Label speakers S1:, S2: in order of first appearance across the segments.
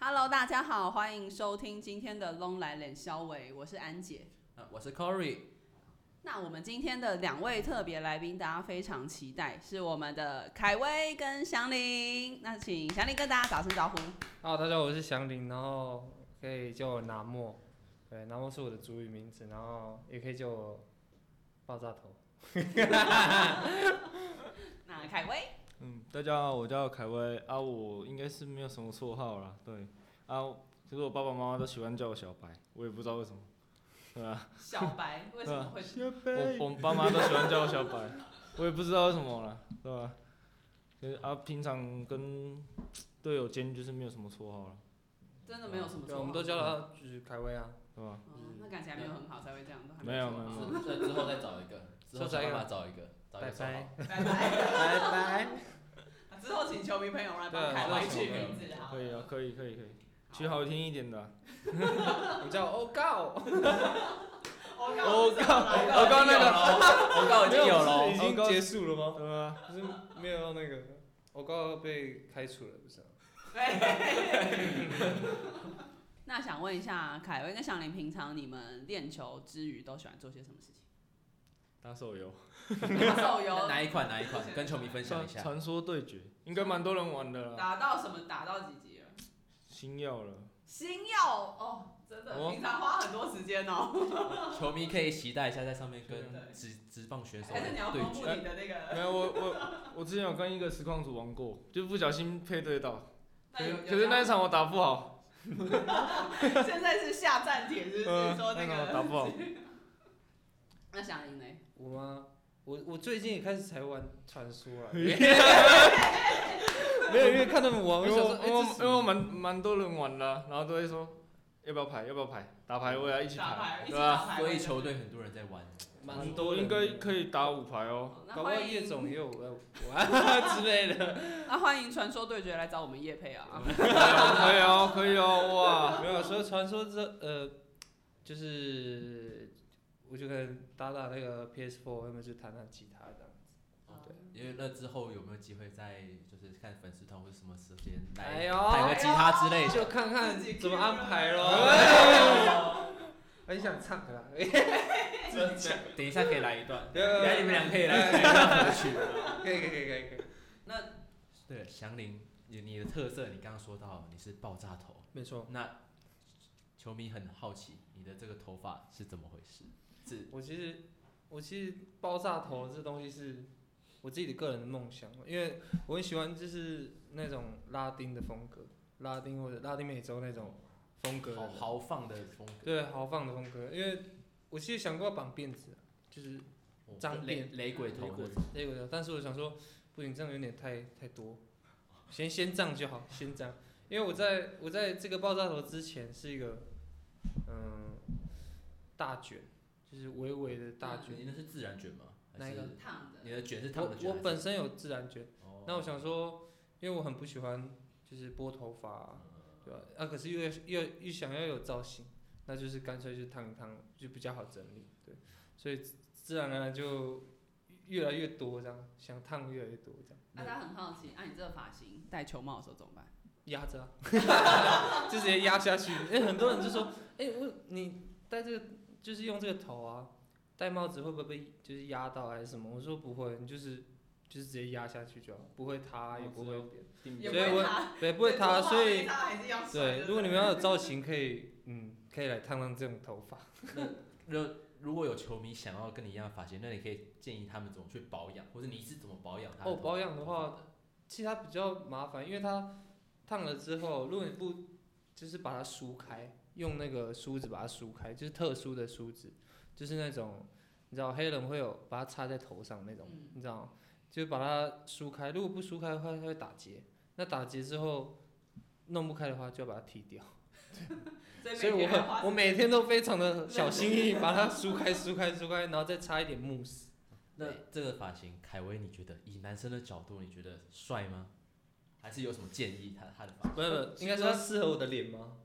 S1: Hello，大家好，欢迎收听今天的《龙来脸肖伟》，我是安姐。
S2: 呃，我是 Corey，
S1: 那我们今天的两位特别来宾，大家非常期待，是我们的凯威跟祥林。那请祥林跟大家打声招呼。
S3: h e 大家好，我是祥林，然后可以叫我拿莫，对，拿莫是我的主语名字，然后也可以叫我爆炸头。
S1: 那凯威，
S4: 嗯，大家好，我叫凯威啊，我应该是没有什么绰号啦，对啊，其实我爸爸妈妈都喜欢叫我小白，我也不知道为什么，对啊，
S1: 小白为什么会？
S4: 嗯 我我爸妈都喜欢叫我小白，我也不知道为什么啦，对吧、就是啊，平常跟队友间就是没有什么绰号了，
S1: 真的没有什么
S3: 对，啊
S4: 啊
S1: 错。
S3: 我们都叫他就是凯威啊。
S4: 对吧、
S1: 嗯那感情还没有很好，才会这样。都还
S4: 没有
S1: 说
S4: 没有
S1: 好
S4: 没
S2: 之之后再找一个，之后
S3: 再找
S2: 想
S3: 一个
S2: 办法找一个，找一个
S3: 拜拜
S2: 绰
S1: 拜
S2: 号
S4: 嗯
S1: 拜。
S3: 拜拜。
S1: 之后请球迷朋友来帮
S3: 对
S1: 凯威
S2: 对
S1: 取
S2: 对
S1: 名字，好
S4: 可以
S1: 了
S4: 啊，可以可以可以，取好听一点的啊，
S3: 我叫 Oh God，
S1: 我告
S4: 哦我
S1: 诉你
S2: 哎
S4: 我刚刚那个
S2: 我告已经有
S3: 没
S2: 了
S3: 不是已经结束了吗？
S4: 对吧、
S3: 不是没有那个 Oh God 被开除了，不是、啊？
S1: 那想问一下，凯威跟祥林，平常你们练球之余都喜欢做些什么事情？
S4: 打手游，
S1: 打手
S2: 哦，
S1: 游，
S2: 哪一款哪一款，跟球迷分享
S4: 传
S2: 一下。
S4: 传说对决应该蛮多人玩的啦，
S1: 打到什么？打到几级了？
S4: 星耀了。
S1: 星耀哦，真的，
S4: 哦
S1: 平常花很多时间哦。
S2: 球迷可以期待一下，在上面
S1: 对
S2: 跟职职棒选手
S1: 还是你要
S2: 对
S1: 公布
S2: 决。
S1: 你的那
S4: 没
S1: 个？
S4: 有，我我我之前有跟一个实况组玩过，就不小心配对到，可
S1: 那有
S4: 是可是那一场我打不好，
S1: 有现在是下站帖，就是
S4: 嗯，
S1: 说那
S4: 一场我
S1: 个。
S4: 打不好，
S1: 那想赢嘞？
S3: 我吗？我我最近也开始才玩传说 了，没有因为看他们玩，我
S4: 因为
S3: 想
S4: 我
S3: 说，哎、
S4: 因为
S3: 这
S4: 我
S3: 是什
S4: 因为
S3: 么
S4: 我蛮蛮多人玩的啊，然后都会说要不要排，要不要排，打牌我也要一起
S1: 打牌，一起
S4: 对吧？
S1: 打牌。
S2: 所以球队很多人在玩，
S3: 蛮多人
S4: 应该可以打五排哦，
S1: 哦。
S3: 搞
S1: 那
S3: 不好
S1: 欢
S3: 叶
S1: 迎，
S3: 总也有 玩之类的。
S1: 那欢迎传说对决来找我们叶配啊。
S4: 可以哦，可以哦，哇，
S3: 没有，所以传说这呃，就是我就可能打打那个 PS4，要么就弹弹吉他这样。
S1: 哦
S2: 对，因为那之后有没有机会在就是看粉丝团或者什么时间
S3: 哎
S2: 来
S3: 呦，
S2: 弹个吉他之类的？
S3: 就看看
S1: 自己 cue
S3: 怎么安排
S2: 啊
S1: 了
S3: 咯。很想唱的啦，
S2: 等一下可以来一段，
S3: 对
S2: 等一下你们俩可以来来一段歌曲。
S3: 哎可以可以可以可以可以，
S2: 对，祥林，你你的特色，你刚刚说到你是爆炸头，
S3: 没错，
S2: 那球迷很好奇你的这个头发是怎么回事？是
S3: 我其实我其实爆炸头这东西是我自己的个人的梦想，因为我很喜欢就是那种拉丁的风格，拉丁或者拉丁美洲那种风格的
S2: 豪
S3: 人。
S2: 豪放的风格，
S3: 对，豪放的风格，因为我其实想过要绑辫子，就是
S2: 哦
S3: 脏
S2: 雷雷鬼头那种，
S3: 那个，但是我想说，不行，这样有点太太多，先先这样就好，先这样，因为我在我在这个爆炸头之前是一个，嗯，大卷，就是微微的大卷，
S2: 你那是自然卷吗？还
S3: 哪一
S2: 是
S3: 个
S1: 烫的
S2: 你。的卷是烫的卷还
S3: 我我
S2: 是？
S3: 本身有自然卷，
S2: 哦
S3: 那我想说，因为我很不喜欢就是拨头发、啊，对吧、啊？可是又又又想要有造型，那就是干脆就烫一烫，就比较好整理，对。所以自然而然就越来越多这样，想烫越来越多这样，
S1: 大家很好奇，啊按你这个发型戴球帽的时候怎么办？
S3: 压着、啊， 就直接压下去。因为很多人就说，哎、我你戴这个就是用这个头啊，戴帽子会不会被就是压到还是什么？我说不会，你就是。就是直接压下去就好，不会塌，也不会扁，
S1: 嗯
S4: 顶
S1: 也
S3: 所
S1: 不
S3: 以
S1: 会
S3: 我
S1: 塌，
S3: 对，不会塌，所以
S1: 他还是要甩
S3: 对，
S1: 不
S3: 如果你们要有造型，可以，嗯，可以来烫烫这种头发。
S2: 如呃如果有球迷想要跟你一样的发型，那你可以建议他们怎么去保养，或者你是怎么保养他的
S3: 哦
S2: 头
S3: 保养的
S2: 头
S3: 话
S2: 发的
S3: 其实它比较麻烦，因为它烫了之后，如果你不就是把它梳开，用那个梳子把它梳开，就是特殊的梳子，就是那种你知道黑人会有把它插在头上那种，
S1: 嗯
S3: 你知道，就把它梳开。如果不梳开的话，它会打结。那打结之后弄不开的话，就要把它剃 掉。所以
S1: 每
S3: 我
S1: 天还花
S3: 很我每天都非常的小心翼翼把它梳开、梳开、梳开，然后再插一点慕 斯。
S2: 那这个发型，凯威，你觉得以男生的角度，你觉得帅吗？还是有什么建议他他的发型？
S3: 不是不是，应该说适合我的脸吗？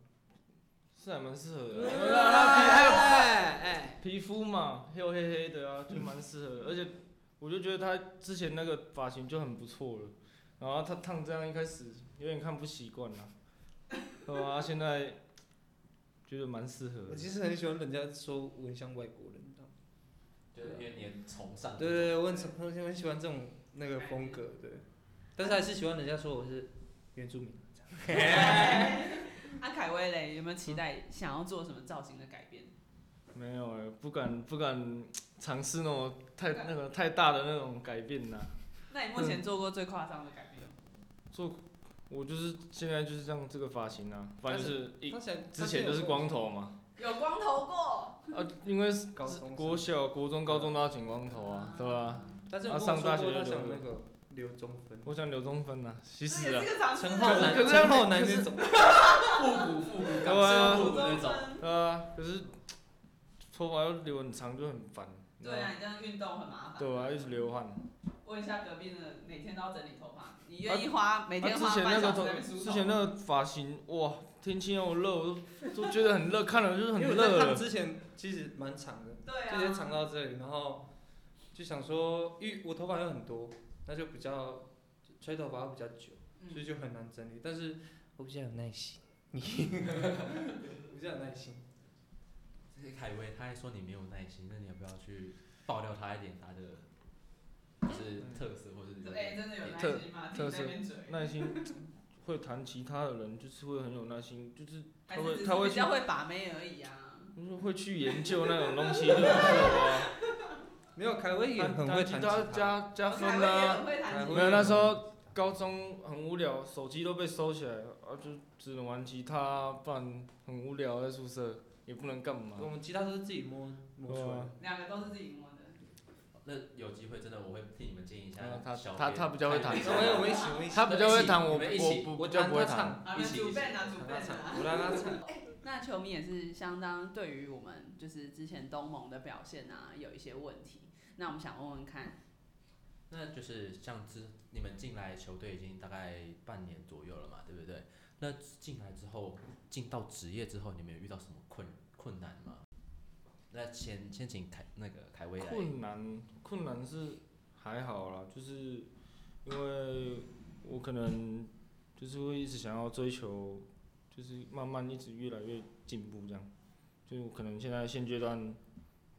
S4: 是还蛮适合的
S3: 哎
S4: 啊，
S3: 哎
S4: 皮肤嘛，又黑黑的啊，就蛮适合的，而且我就觉得他之前那个发型就很不错了，然后他烫这样一开始有点看不习惯啦。对啊，现在觉得蛮适合
S3: 我
S4: 的。
S3: 其实很喜欢人家说我很像外国人，你知道吗？
S2: 就是因为你很崇尚
S3: 对
S2: 这种
S3: 对对，我很喜我很喜欢这种那个风格，对。但是还是喜欢人家说我是原住民。
S1: 哎阿凯威嘞，有没有期待想要做什么造型的改变？
S4: 没有哎、不敢不敢尝试那种太那个太大的那种改变呐、
S1: 那你目前做过最夸张的改变？
S4: 做我就是现在就是这样这个发型啊，反正就是一
S3: 他想
S4: 之前都是光，头嘛，
S1: 有光头过，
S4: 啊，因为是
S3: 高中生
S4: 国小、国中、高中都要剪光头啊，对吧、
S3: 他之前
S4: 啊
S3: 跟我
S4: 上
S3: 说
S4: 大学
S3: 过他
S4: 就
S3: 想
S4: 留
S3: 那个留中分，
S4: 我想留中分啊，其
S1: 这
S4: 实
S1: 也
S4: 啊，
S1: 是个常识
S3: 陈
S1: 啊。
S3: 浩南
S4: 可是
S3: 陈浩南
S4: 可是
S3: 那种，
S2: 复古复古
S4: 对啊
S2: 感，复古那种。
S4: 对啊，可是头发要留很长就很烦，你知道
S1: 对
S4: 吗
S1: 啊，你这样运动很麻烦。
S4: 对啊，一直流汗。
S1: 问一下隔壁的，每天都要整理头发，你愿意花每
S4: 啊
S1: 天
S4: 之
S1: 花
S4: 前那
S1: 半
S4: 个
S1: 小时
S4: 头
S1: 在那边梳头？
S4: 之前那个发型，哇，天气那么热，我都都觉得很热，看了就是很
S3: 因为我在
S4: 热
S3: 烫
S4: 了。
S3: 之前其实蛮长的，
S1: 对
S3: 就先
S1: 啊，
S3: 长到这里，然后就想说，因为我头发又很多，那就比较吹头发会比较久，
S1: 嗯
S3: 所以就很难整理。但是我比较有 耐心， 我比较有耐心。
S2: 这个凯威，他还说你没有耐心，那你要不要去爆料他一点他的就是特色，或者是
S1: 嗯，哎，真的有耐
S4: 特
S1: 心吗？自己在那边嘴，
S4: 耐心会弹吉他的人，就是会很有耐心，就是
S1: 还
S4: 他会
S1: 是只
S4: 他
S1: 是
S4: 会
S1: 比
S4: 去
S1: 较会把妹而已啊。
S4: 就是会去研究那种东西，就是 啊，
S3: 没有，凯威也
S4: 弹
S3: 很会
S4: 弹
S3: 弹
S4: 吉
S3: 吉
S4: 他
S3: 他，
S4: 加加
S1: 凯
S4: 分
S1: 威也
S4: 啊。
S1: 很会
S3: 哎
S1: 弹吉
S4: 没有那时候高中很无聊，手机都被收起来，啊就只能玩吉他，不然很无聊在宿舍也不能干嘛。
S3: 我们吉他都是自己摸摸出来的。
S1: 他，两个都是自己摸的。
S2: 那有机会真的我会替你们建议一下
S4: 啊他
S2: 小编。
S4: 他他比较会弹
S2: 凯
S3: 我
S2: 威
S3: 们我们一起，我们一起，
S4: 他比较会弹，我
S2: 你们一起
S4: 我不
S3: 我
S4: 比较
S3: 弹
S4: 不会
S3: 他
S4: 弹。
S3: 唱，
S1: 啊，
S2: 一
S1: 那
S2: 起
S1: 主
S2: 一起
S1: 办啊，主
S3: 弹
S1: 办
S3: 他
S1: 啊哎
S3: 唱，。我让他唱。
S1: 那球迷也是相当对于我们就是之前东盟的表现啊有一些问题，那我们想问问看，
S2: 那就是像之你们进来球队已经大概半年左右了嘛，对不对？那进来之后，进到职业之后，你们有遇到什么困困难吗？那先先请凯那个凯威来。
S4: 困难困难是还好啦，就是因为我可能就是会一直想要追求，就是慢慢一直越来越进步这样。就我可能现在现阶段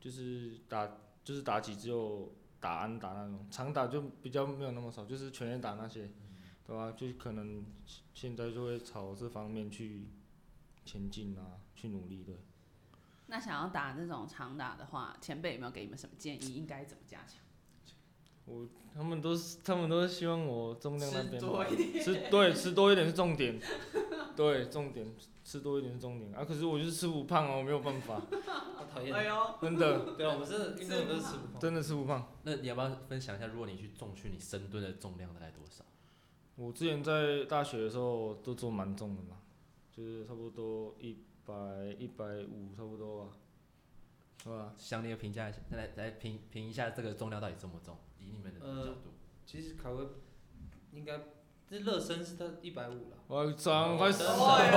S4: 就是打就是打几只有打安打那种，长打就比较没有那么少，就是全垒打那些，对吧、就可能现在就会朝这方面去前进啊，去努力的。
S1: 那想要打这种长打的话，前辈有没有给你们什么建议，应该怎么加强？
S4: 我他们都是他们都是希望我重量那边
S1: 吃多一点
S4: 吃对吃多一点是重点，对重点吃多一点是重点啊！可是我就是吃不胖哦，没有办法，
S3: 好讨
S1: 哎
S3: 厌。
S1: 呦，
S4: 真的
S3: 对啊，我们真的运动都是吃不胖。
S4: 真的吃不胖。
S2: 那你要不要分享一下，如果你去重训，你深蹲的重量大概多少？
S4: 我之前在大学的时候都做蛮重的嘛，就是差不多一百一百五差不多吧，是吧？
S2: 详烈评价一下，来来评评一下这个重量到底重不重，以你们的
S3: 呃
S2: 角度。
S3: 其实凯威应该，这热身是他一百五了。
S4: 我
S3: 哦
S4: 长快死了，
S1: 哎呦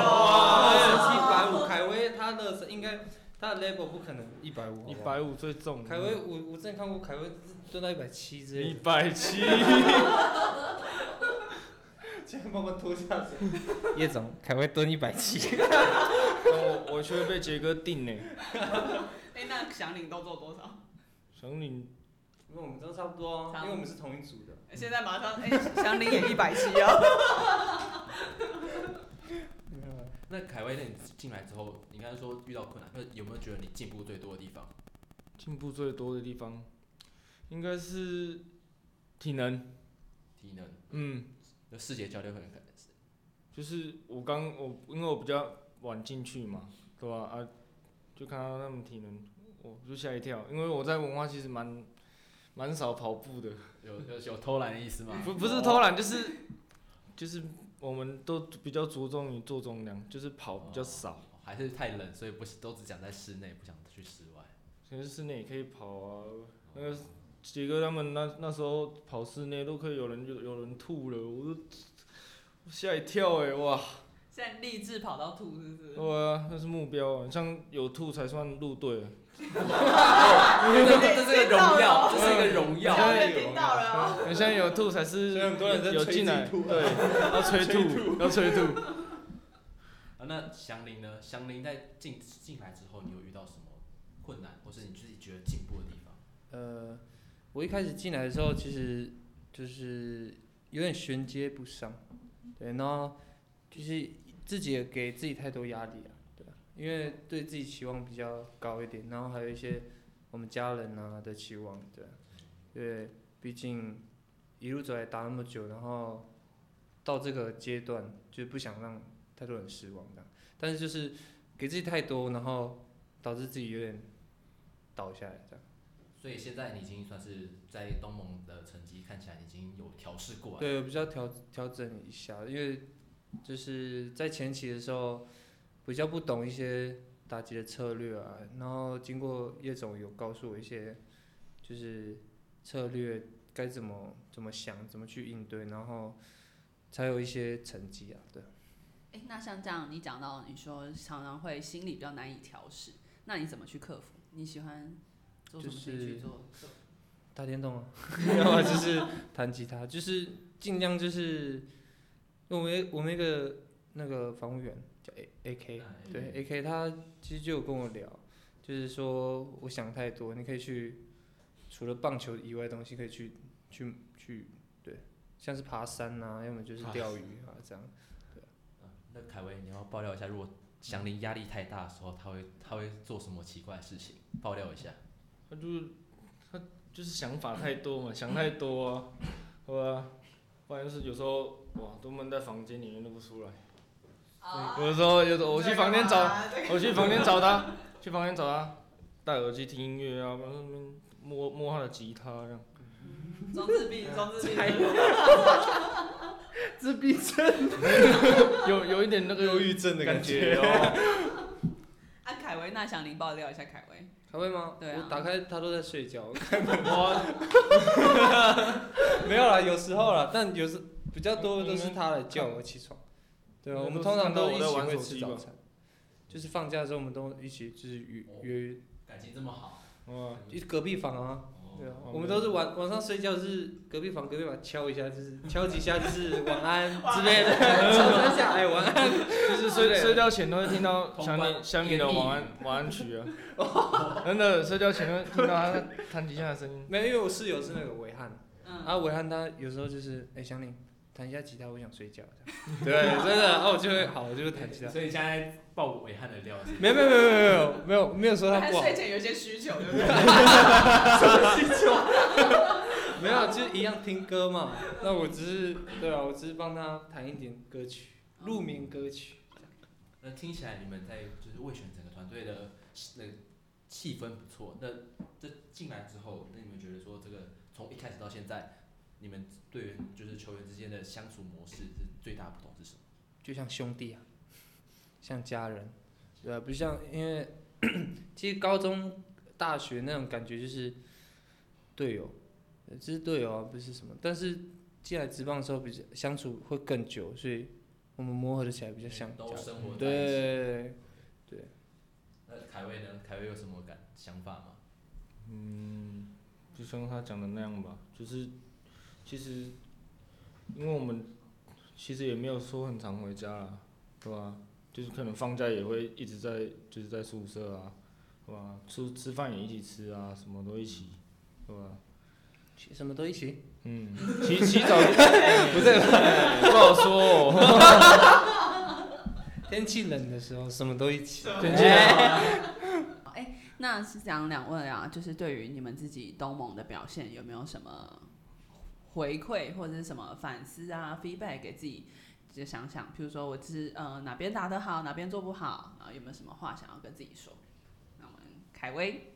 S3: 一百五，凯威他热身应该他的 level 不可能一百五。
S4: 一百五最重，
S3: 凯威，我我之前看过凯威蹲到一百七之
S4: 一
S3: 类的，
S4: 百七，
S3: 竟然把我拖下水。 叶总，凯威蹲一百七，
S4: 我我却会被杰哥定呢。
S1: 哎，那祥林都做多少？
S4: 想你
S3: 因为我们都差不多啊，因为我们是同一组的。
S1: 现在马上，哎、祥林也一百七哦。
S2: 那凯威，那你进来之后，你刚才说遇到困难，那有没有觉得你进步最多的地方？
S4: 进步最多的地方，应该是体能。
S2: 体能，
S4: 嗯，
S2: 那世界教练会很感恩。
S4: 就是我刚我因为我比较晚进去嘛，对吧、啊？就看到他们体能，我就吓一跳，因为我在文化其实蛮蛮少跑步的，
S2: 有有有偷懒的意思吗？
S4: 不不是偷懒，就是就是我们都比较着重于做重量，就是跑比较少。
S2: 哦，还是太冷，所以不都只想在室内，不想去室外。哦
S4: 可是室内也可以跑啊，那个杰哥他们那那时候跑室内都可以有人有有人吐了，我都我吓一跳哎、哇！
S1: 现在励志跑到吐，是不是？
S4: 对啊，那是目标啊，像有兔才算入队。啊呃
S2: 这这是一个荣耀，
S1: 嗯
S2: 这是一个荣耀。
S1: 小人听到了哦。
S4: 很像有兔才是
S3: 所以很多人在
S4: 有
S3: 催
S4: 进
S3: 自
S4: 来，
S3: 己吐啊
S4: 对，要催吐，要催吐。
S2: 啊，那祥林呢？祥林在进进来之后，你有遇到什么困难，或是你自己觉得进步的地方？
S3: 呃，我一开始进来的时候，其实就是有点衔接不上，对，然后就是自己也给自己太多压力啊，对啊，因为对自己期望比较高一点，然后还有一些我们家人啊的期望，对啊，因为毕竟一路走来打那么久，然后到这个阶段，就不想让太多人失望这样，但是就是给自己太多，然后导致自己有点倒下来这样。
S2: 所以现在你已经算是在东盟的成绩看起来已经有调试过来。
S3: 对，我比较调调整一下，因为就是在前期的时候比较不懂一些打击的策略啊，然后经过叶总有告诉我一些就是策略该怎么怎么想，怎么去应对，然后才有一些成绩啊，对。
S1: 哎、那像这样，你讲到你说常常会心里比较难以调试，那你怎么去克服？你喜欢做什么事情
S3: 就是
S1: 去做？
S3: 打电动啊， 没有啊，就是弹吉他，就是尽量就是，因为我们我们一个那个防务员叫 A A K，
S4: 嗯
S2: 那
S3: 对，A K 他其实就有跟我聊，就是说我想太多，你可以去除了棒球以外的东西可以去去去，对，像是爬山啊，要么就是
S2: 爬
S3: 钓鱼啊 这样。
S2: 啊那凯威，你要爆料一下，如果祥林压力太大的时候，他会他会做什么奇怪的事情？爆料一下。
S4: 他就他就是想法太多嘛，想太多啊，好吧，不然就是有时候哇都闷在房间里面都不出来，有的时候有时候我去房间找我去房间找他，去房间找他，戴耳机听音乐啊，然后那边摸摸他的吉他这样。
S1: 装自闭，装 自闭。
S3: 自闭症
S4: 有有一点那个
S3: 忧郁症的感觉
S4: 哦。
S1: 啊，凯威，那祥林爆料一下凯威。
S3: 还会吗？
S1: 对啊
S3: 我打开他都在睡 觉，
S4: 哦我
S3: 没有啦，有时候啦，但有时比较多都是他来叫我起床。对啊，
S4: 你们
S3: 我们通常都一
S4: 都是看到
S3: 起会
S4: 我在玩手
S3: 吃
S4: 机
S3: 早
S4: 吧
S3: 餐，就是放假的时候我们都一起就是约约，
S2: 感情这么好，
S4: 哇，
S3: 就是隔壁房啊，对啊
S4: 哦，
S3: 我们都是晚晚上睡觉是隔壁房隔壁房敲一下， 就是敲几下就是晚安之类的， 敲三下哎晚安。
S4: 就是睡睡觉前都会听到想
S2: 同
S4: 你
S2: 伴
S4: 想你的晚安晚安曲啊，真的睡觉前都会听到他弹吉他的声音。
S3: 没有，因为我室友是那个伟汉，
S1: 嗯，
S3: 啊伟汉他有时候就是哎祥林弹一下吉他，我想睡觉。这样 对，真的，啊我就会好，我就会弹吉 他。
S2: 所以你现在爆伟汉的料是不是
S3: 没有没有没有没有没有没有没有说他
S1: 他
S3: 不好
S1: 睡，前有一些需求， 对不对？
S3: 没有，啊就是一样听歌嘛。那我只是对啊，我只是帮他弹一点歌曲，入眠歌曲。
S2: 那听起来你们在就是未选整个团队的那个气氛不错。那这进来之后，那你们觉得说这个从一开始到现在，你们队员就是球员之间的相处模式是最大不同是什么？
S3: 就像兄弟啊，像家人，对啊，不像因为其实高中、大学那种感觉就是队友，呃这是队友啊，不是什么。但是进来职棒的时候，比较相处会更久，所以我们磨合的起来比较像家
S2: 都
S3: 人。
S2: 生活在一起。
S3: 对，
S2: 那凯威呢？凯威有什么感想法 吗？
S4: 嗯，就像他讲的那样吧，就是其实因为我们其实也没有说很常回家啊，对吧、就是可能放假也会一直在就是在宿舍啊，对吧、吃吃饭也一起吃啊，什么都一起，对吧、
S3: 其什么都一起。
S4: 嗯，洗洗澡不是不好说、哦，
S3: 天气冷的时候，什么都一起。
S4: 天气
S1: 那是讲两位啊，就是对于你们自己东盟的表现，有没有什么回馈或者是什么反思啊、feedback 给自己？就想想，譬如说我是呃哪边打得好，哪边做不好，然后有没有什么话想要跟自己说？那我们凯威，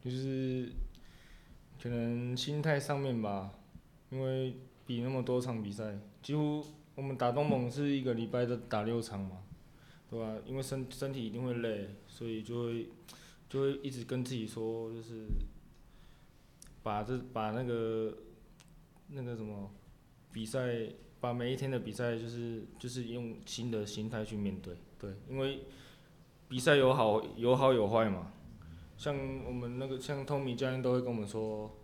S4: 就是可能心态上面吧，因为比那么多场比赛，几乎我们打东盟是一个礼拜都打六场嘛，对吧、因为身身体一定会累，所以就会就会一直跟自己说，就是把这把那个那个什么比赛，把每一天的比赛就是就是用新的心态去面对，对，因为比赛有好有好有坏嘛，像我们那个像 Tommy 教练都会跟我们说，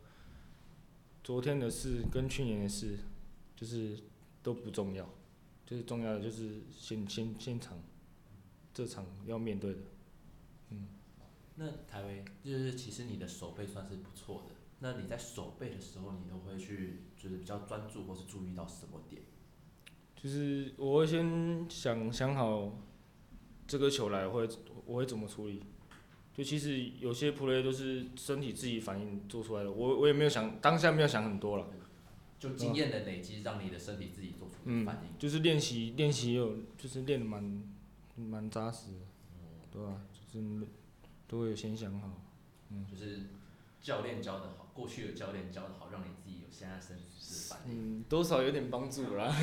S4: 昨天的事跟去年的事，就是都不重要，就是重要的就是现现现场这场要面对的。
S2: 那台维就是其实你的手背算是不错的，那你在手背的时候，你都会去就是比较专注或是注意到什么点？
S4: 就是我会先想想好这个球来我会我会怎么处理。就其实有些 play 都是身体自己反应做出来的，我我也没有想当下没有想很多了，
S2: 就
S3: 嗯
S2: 经验的累积，让你的身体自己做出
S4: 嗯
S2: 反应。
S4: 就是练习练习有就是练的蛮蛮扎实的，对吧、就是都会先想好。
S2: 就是教练教的好，过去的教练教的好，让你自己有现在身体是反应。
S4: 嗯，多少有点帮助啦。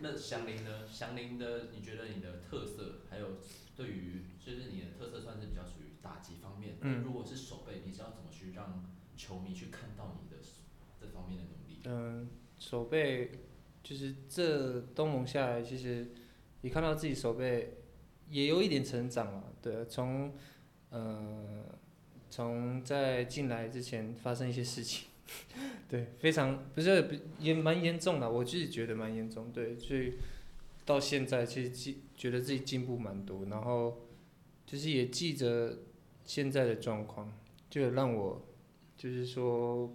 S2: 那祥林呢？祥林的，你觉得你的特色，还有对于就是你的特色，算是比较属于打击方面。
S3: 嗯
S2: 那如果是手背，你是要怎么去让球迷去看到你的这方面的努力？
S3: 嗯，手背就是这东盟下来，其实也看到自己手背也有一点成长了。对，啊从呃从在进来之前发生一些事情， 对，非常不是不也蛮严重的，我自己觉得蛮严重。对，所以到现在其实记觉得自己进步蛮多，然后就是也记着现在的状况，就有让我就是说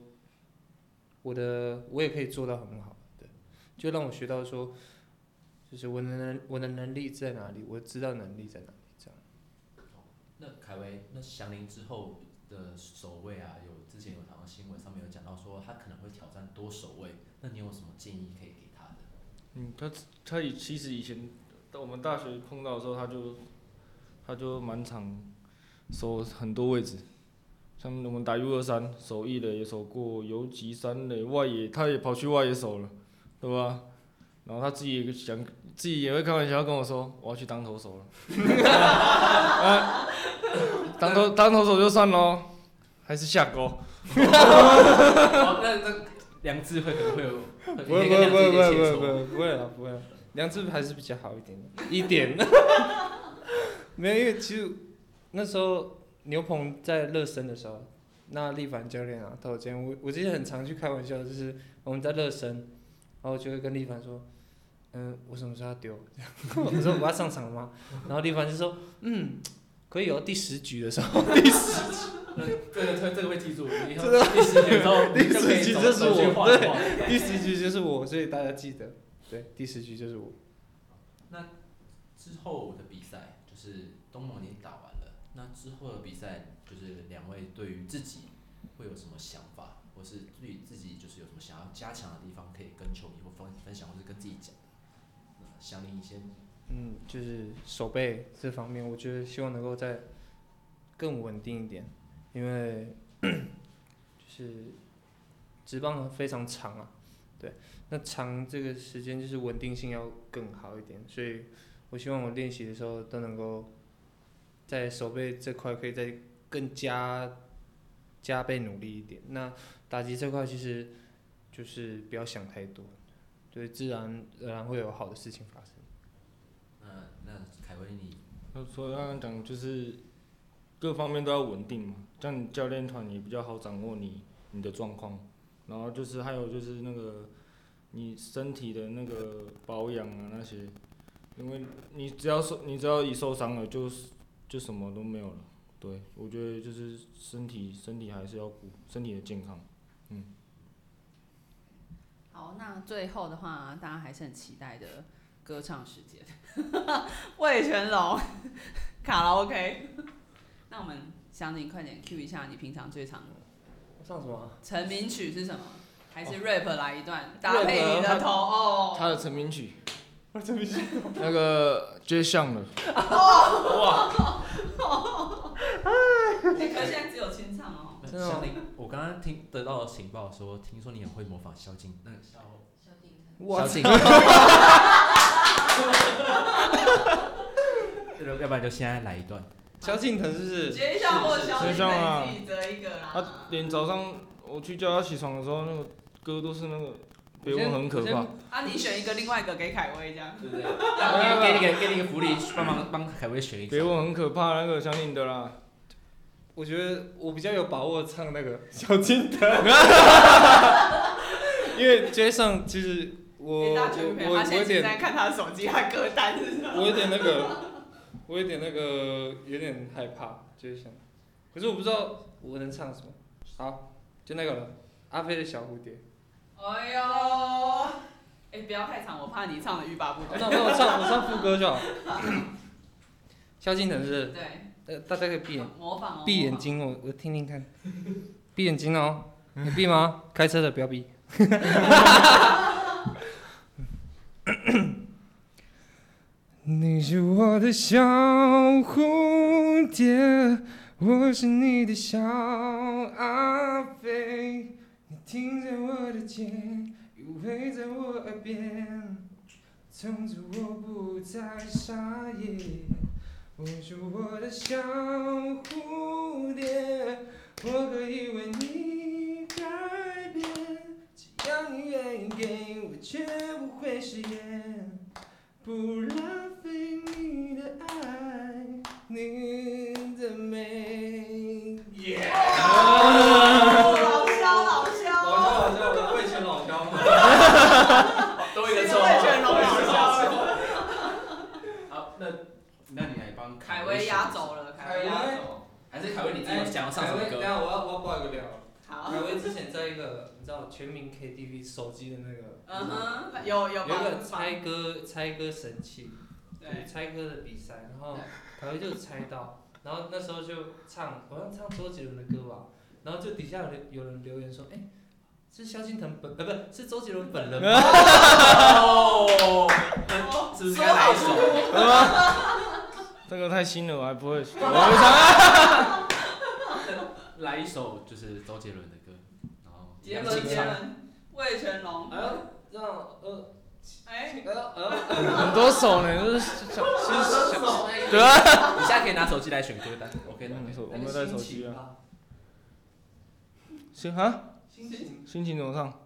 S3: 我的我也可以做到很好，对，就让我学到说，就是我的能我的能力在哪里，我知道能力在哪里，这样。
S2: 那凯威，那祥林之后的守卫啊，有之前有好像新闻上面有讲到说他可能会挑战多守卫，那你有什么建议可以给他的？
S4: 嗯，他他以其实以前到我们大学碰到的时候，他就他就满场守很多位置，像我们打 U 二三守一垒也守过，游击三垒外野他也跑去外野守了，对吧？然后他自己也想自己也会开玩笑跟我说，我要去当投手了。 啊当投当投手就算喽，还是下钩。
S2: 哦，那那梁智慧可能会有，
S3: 不
S2: 你可
S3: 会
S2: 以
S3: 不
S2: 跟
S3: 会
S2: 梁
S3: 不
S2: 智一起
S3: 会不
S2: 切
S3: 会
S2: 磋
S3: 不会不会了不会啦，梁志还是比较好一点的，一 点。没有，因为其实那时候牛棚在热身的时候，那立凡教练啊，到我今天我我之前很常去开玩笑，就是我们在热身，然后就会跟立凡说，嗯，我什么时候要丢？ 我说我要上场了吗？然后立凡就说，嗯，可以哦，第十局的时候，
S2: 那这个这个这个会记住，你以后第十局之 后，你就可以
S3: 第十局
S2: 走
S3: 这是
S2: 走去
S3: 我
S2: 画一
S3: 对
S2: 画
S3: 第十局就是我，所以大家记得，对，第十局就是我。
S2: 之后的比赛就是东盟已经打完了，那之后的比赛就是两位对于自己会有什么想法，或是对于自己就是有什么想要加强的地方，可以跟球迷或分分享，或是跟自己讲。那祥林先，
S3: 嗯，就是手背这方面，我觉得希望能够再更稳定一点，因为 就是职棒非常长啊，对，那长这个时间就是稳定性要更好一点，所以我希望我练习的时候都能够在手背这块可以再更加加倍努力一点。那打击这块其实就是不要想太多，对，自然而然会有好的事情发生。
S2: 那呃那凯威你
S4: 那所以刚刚讲就是各方面都要稳定嘛，这样你教练团也比较好掌握你你的状况，然后就是还有就是那个你身体的那个保养啊那些，因为你只要受你只要一受伤了就是就什么都没有了。对，我觉得就是身体身体还是要顾身体的健康。
S1: 好，那最后的话，大家还是很期待的歌唱时间， 魏全龙卡拉 OK。那我们想你快点 Q 一下，你平常最常
S3: 上什么啊？
S1: 成名曲是什么？还
S3: 哦
S1: 是 rap 来一段，搭配
S3: 啊
S1: 你的头
S4: 他
S1: 哦。
S4: 的成名曲，
S3: 我真没想
S4: 那个追上了，
S1: 哎，可是现在只有清唱哦。
S2: 那
S3: 真的吗
S2: 祥林，我刚刚听得到情报说，听说你很会模仿萧敬，那个萧
S3: 哇
S2: 萧， 敬，要要不然就现在来一段。
S3: 萧敬腾是不是？
S1: 学校或小
S4: 学校啊
S1: 你自己择一个
S4: 他
S1: 啦。
S4: 啊连早上我去叫他起床的时候，那个歌都是那个别问很可
S3: 我先
S4: 怕。
S1: 啊，你选一个，另外一个给凯威这样。
S2: 对不对？给给你个给你个福 利，帮忙帮凯威选一
S4: 别
S2: 首。
S4: 问很可怕那个相信的啦，
S3: 我觉得我比较有把握唱那个萧敬腾，因为街上其实我
S1: 给哎
S3: 我
S1: 大家全部陪
S3: 我
S1: 他
S3: 我有
S1: 现在在
S3: 点
S1: 看他的手机，他歌单是什
S3: 我有点那个，我有点那个有点害怕，就是想，可是我不知道我能唱什么。好，就那个了，阿飞的小蝴蝶。
S1: 哎呦，哎，不要太长，我怕你唱的欲罢不
S3: 那
S1: 能。
S3: 那我唱我唱副歌就好。 萧敬腾是
S1: 对，
S3: 不是，呃，大家可以闭眼
S1: 模仿哦，
S3: 闭眼睛，我我听听看，闭眼睛哦，你闭吗？开车的不要闭。你是我的小蝴蝶，我是你的小阿飞，你停在我的肩，依偎在我耳边，从此我不再傻眼。我是我的小蝴蝶，我可以为你改变，只要你愿意给我，绝不会食言，不浪费你的爱，你的美。
S1: 哦老肖，老肖，
S2: 老肖，老肖，我以前老肖嘛，都一个
S1: 这个魏全龙老肖
S2: 肖。好，那那你来帮
S1: 凯威压轴了，凯威压轴，
S2: 还是凯威哎你自己想要上什么 歌？
S3: 下我要我要爆一个料。
S1: 好，
S3: 海威之前在一个你知道全民 KTV 手机的那个，
S1: 嗯哼，有有
S3: 有一个
S1: 帮
S3: 猜歌猜歌神器，对
S1: 对，
S3: 猜歌的比赛，然后
S1: 对
S3: 凯威就猜 到，然后那时候就唱，好像唱周杰伦的歌吧，然后就底下有人有人留言说，哎、是萧敬腾本呃不是周杰伦本人 吗？
S2: 哦，
S1: 哦
S2: 是不是该来一首？
S4: 这个太新了，我还不会，我
S2: 来一首就是周杰伦的歌，然后
S1: 杰
S2: 杨
S1: 伦
S2: 庆
S1: 杰
S2: 昌。
S1: 伦，魏全龙，
S3: 哎呦，让呃
S1: 哎，
S3: 哎呦呃，
S4: 很多首呢，就是想是想，对啊，
S2: 你现在可以拿手机来选歌单，OK 的。
S4: 我们带手机啊，
S3: 啊，
S4: 行啊，
S3: 心情
S4: 心情怎么唱？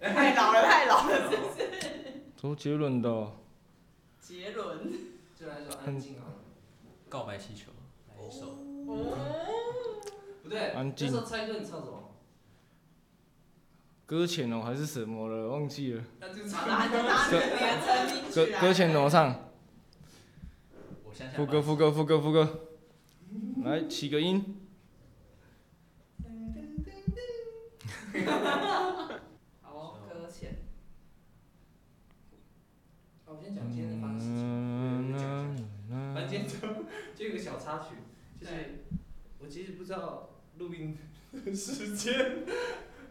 S1: 太老了，太老了，真是
S4: 周杰伦的哦，
S1: 杰伦，
S3: 就来说安静啊，
S2: 告白气球，来一首。
S1: 哦，
S3: 不对，
S4: 安
S3: 那
S4: 静
S3: 时候猜歌你唱什么？
S4: 搁浅哦还是什么了，忘记了。
S3: 那就
S1: 好拿着拿着你的成名
S4: 搁
S1: 曲来，
S4: 搁浅怎么唱？
S2: 我想想。
S4: 副歌副歌副歌副歌，来起个音。
S1: 好哦，搁浅。
S3: 好我先讲今天发生的事情。
S4: 嗯
S3: 反 正今天就就有一个小插曲，就是我其实不知道录音 的时间，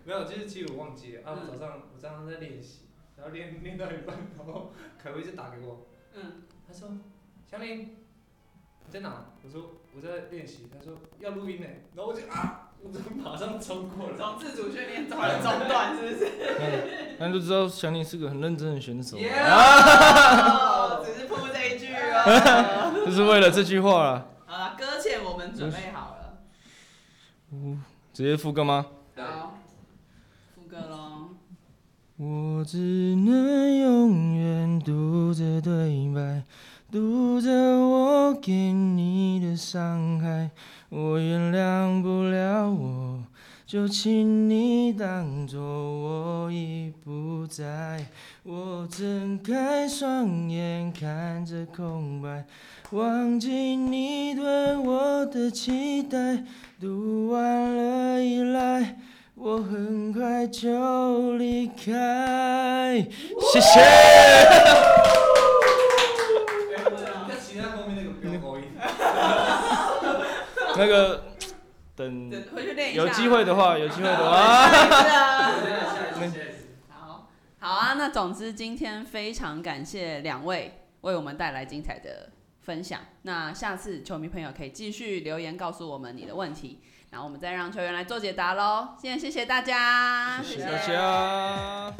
S3: 没有，就是其实我忘记了啊。
S1: 嗯
S3: 我早上我早上在练习，然后练练到一半，然后凯威就打给我，
S1: 嗯，
S3: 他说：“祥林，你在哪？”我说：“我在练习。”他说：“要录音呢。”然后我就啊，我就马上冲过来。
S1: 从自主训练中的中断，是不是？
S4: 那就知道祥林是个很认真的选手，啊
S1: 哦只是铺这一句哦。
S4: 就是为了这句话啊啦。
S1: 好了，搁浅我们准备好了，
S4: 直接副歌吗？
S2: 对
S1: 好，副歌喽。
S4: 我只能永远读着对白，读着我给你的伤害，我原谅不了我，就请你当作我已不在。我睁开双眼看着空白，忘记你对我的期待，读完了依赖。我很快就离开，谢谢。
S3: 你看其他后面那个不 要高音，
S4: 那个，等
S1: 对回去练一下。
S4: 嗯有机会的话，有机会的话，
S1: 啊。
S3: 下一次下一次。
S1: 好，好啊。那总之今天非常感谢两位为我们带来精彩的分享。那下次球迷朋友可以继续留言告诉我们你的问题，然后我们再让球员来做解答喽。今天谢谢大家，
S4: 谢谢大家。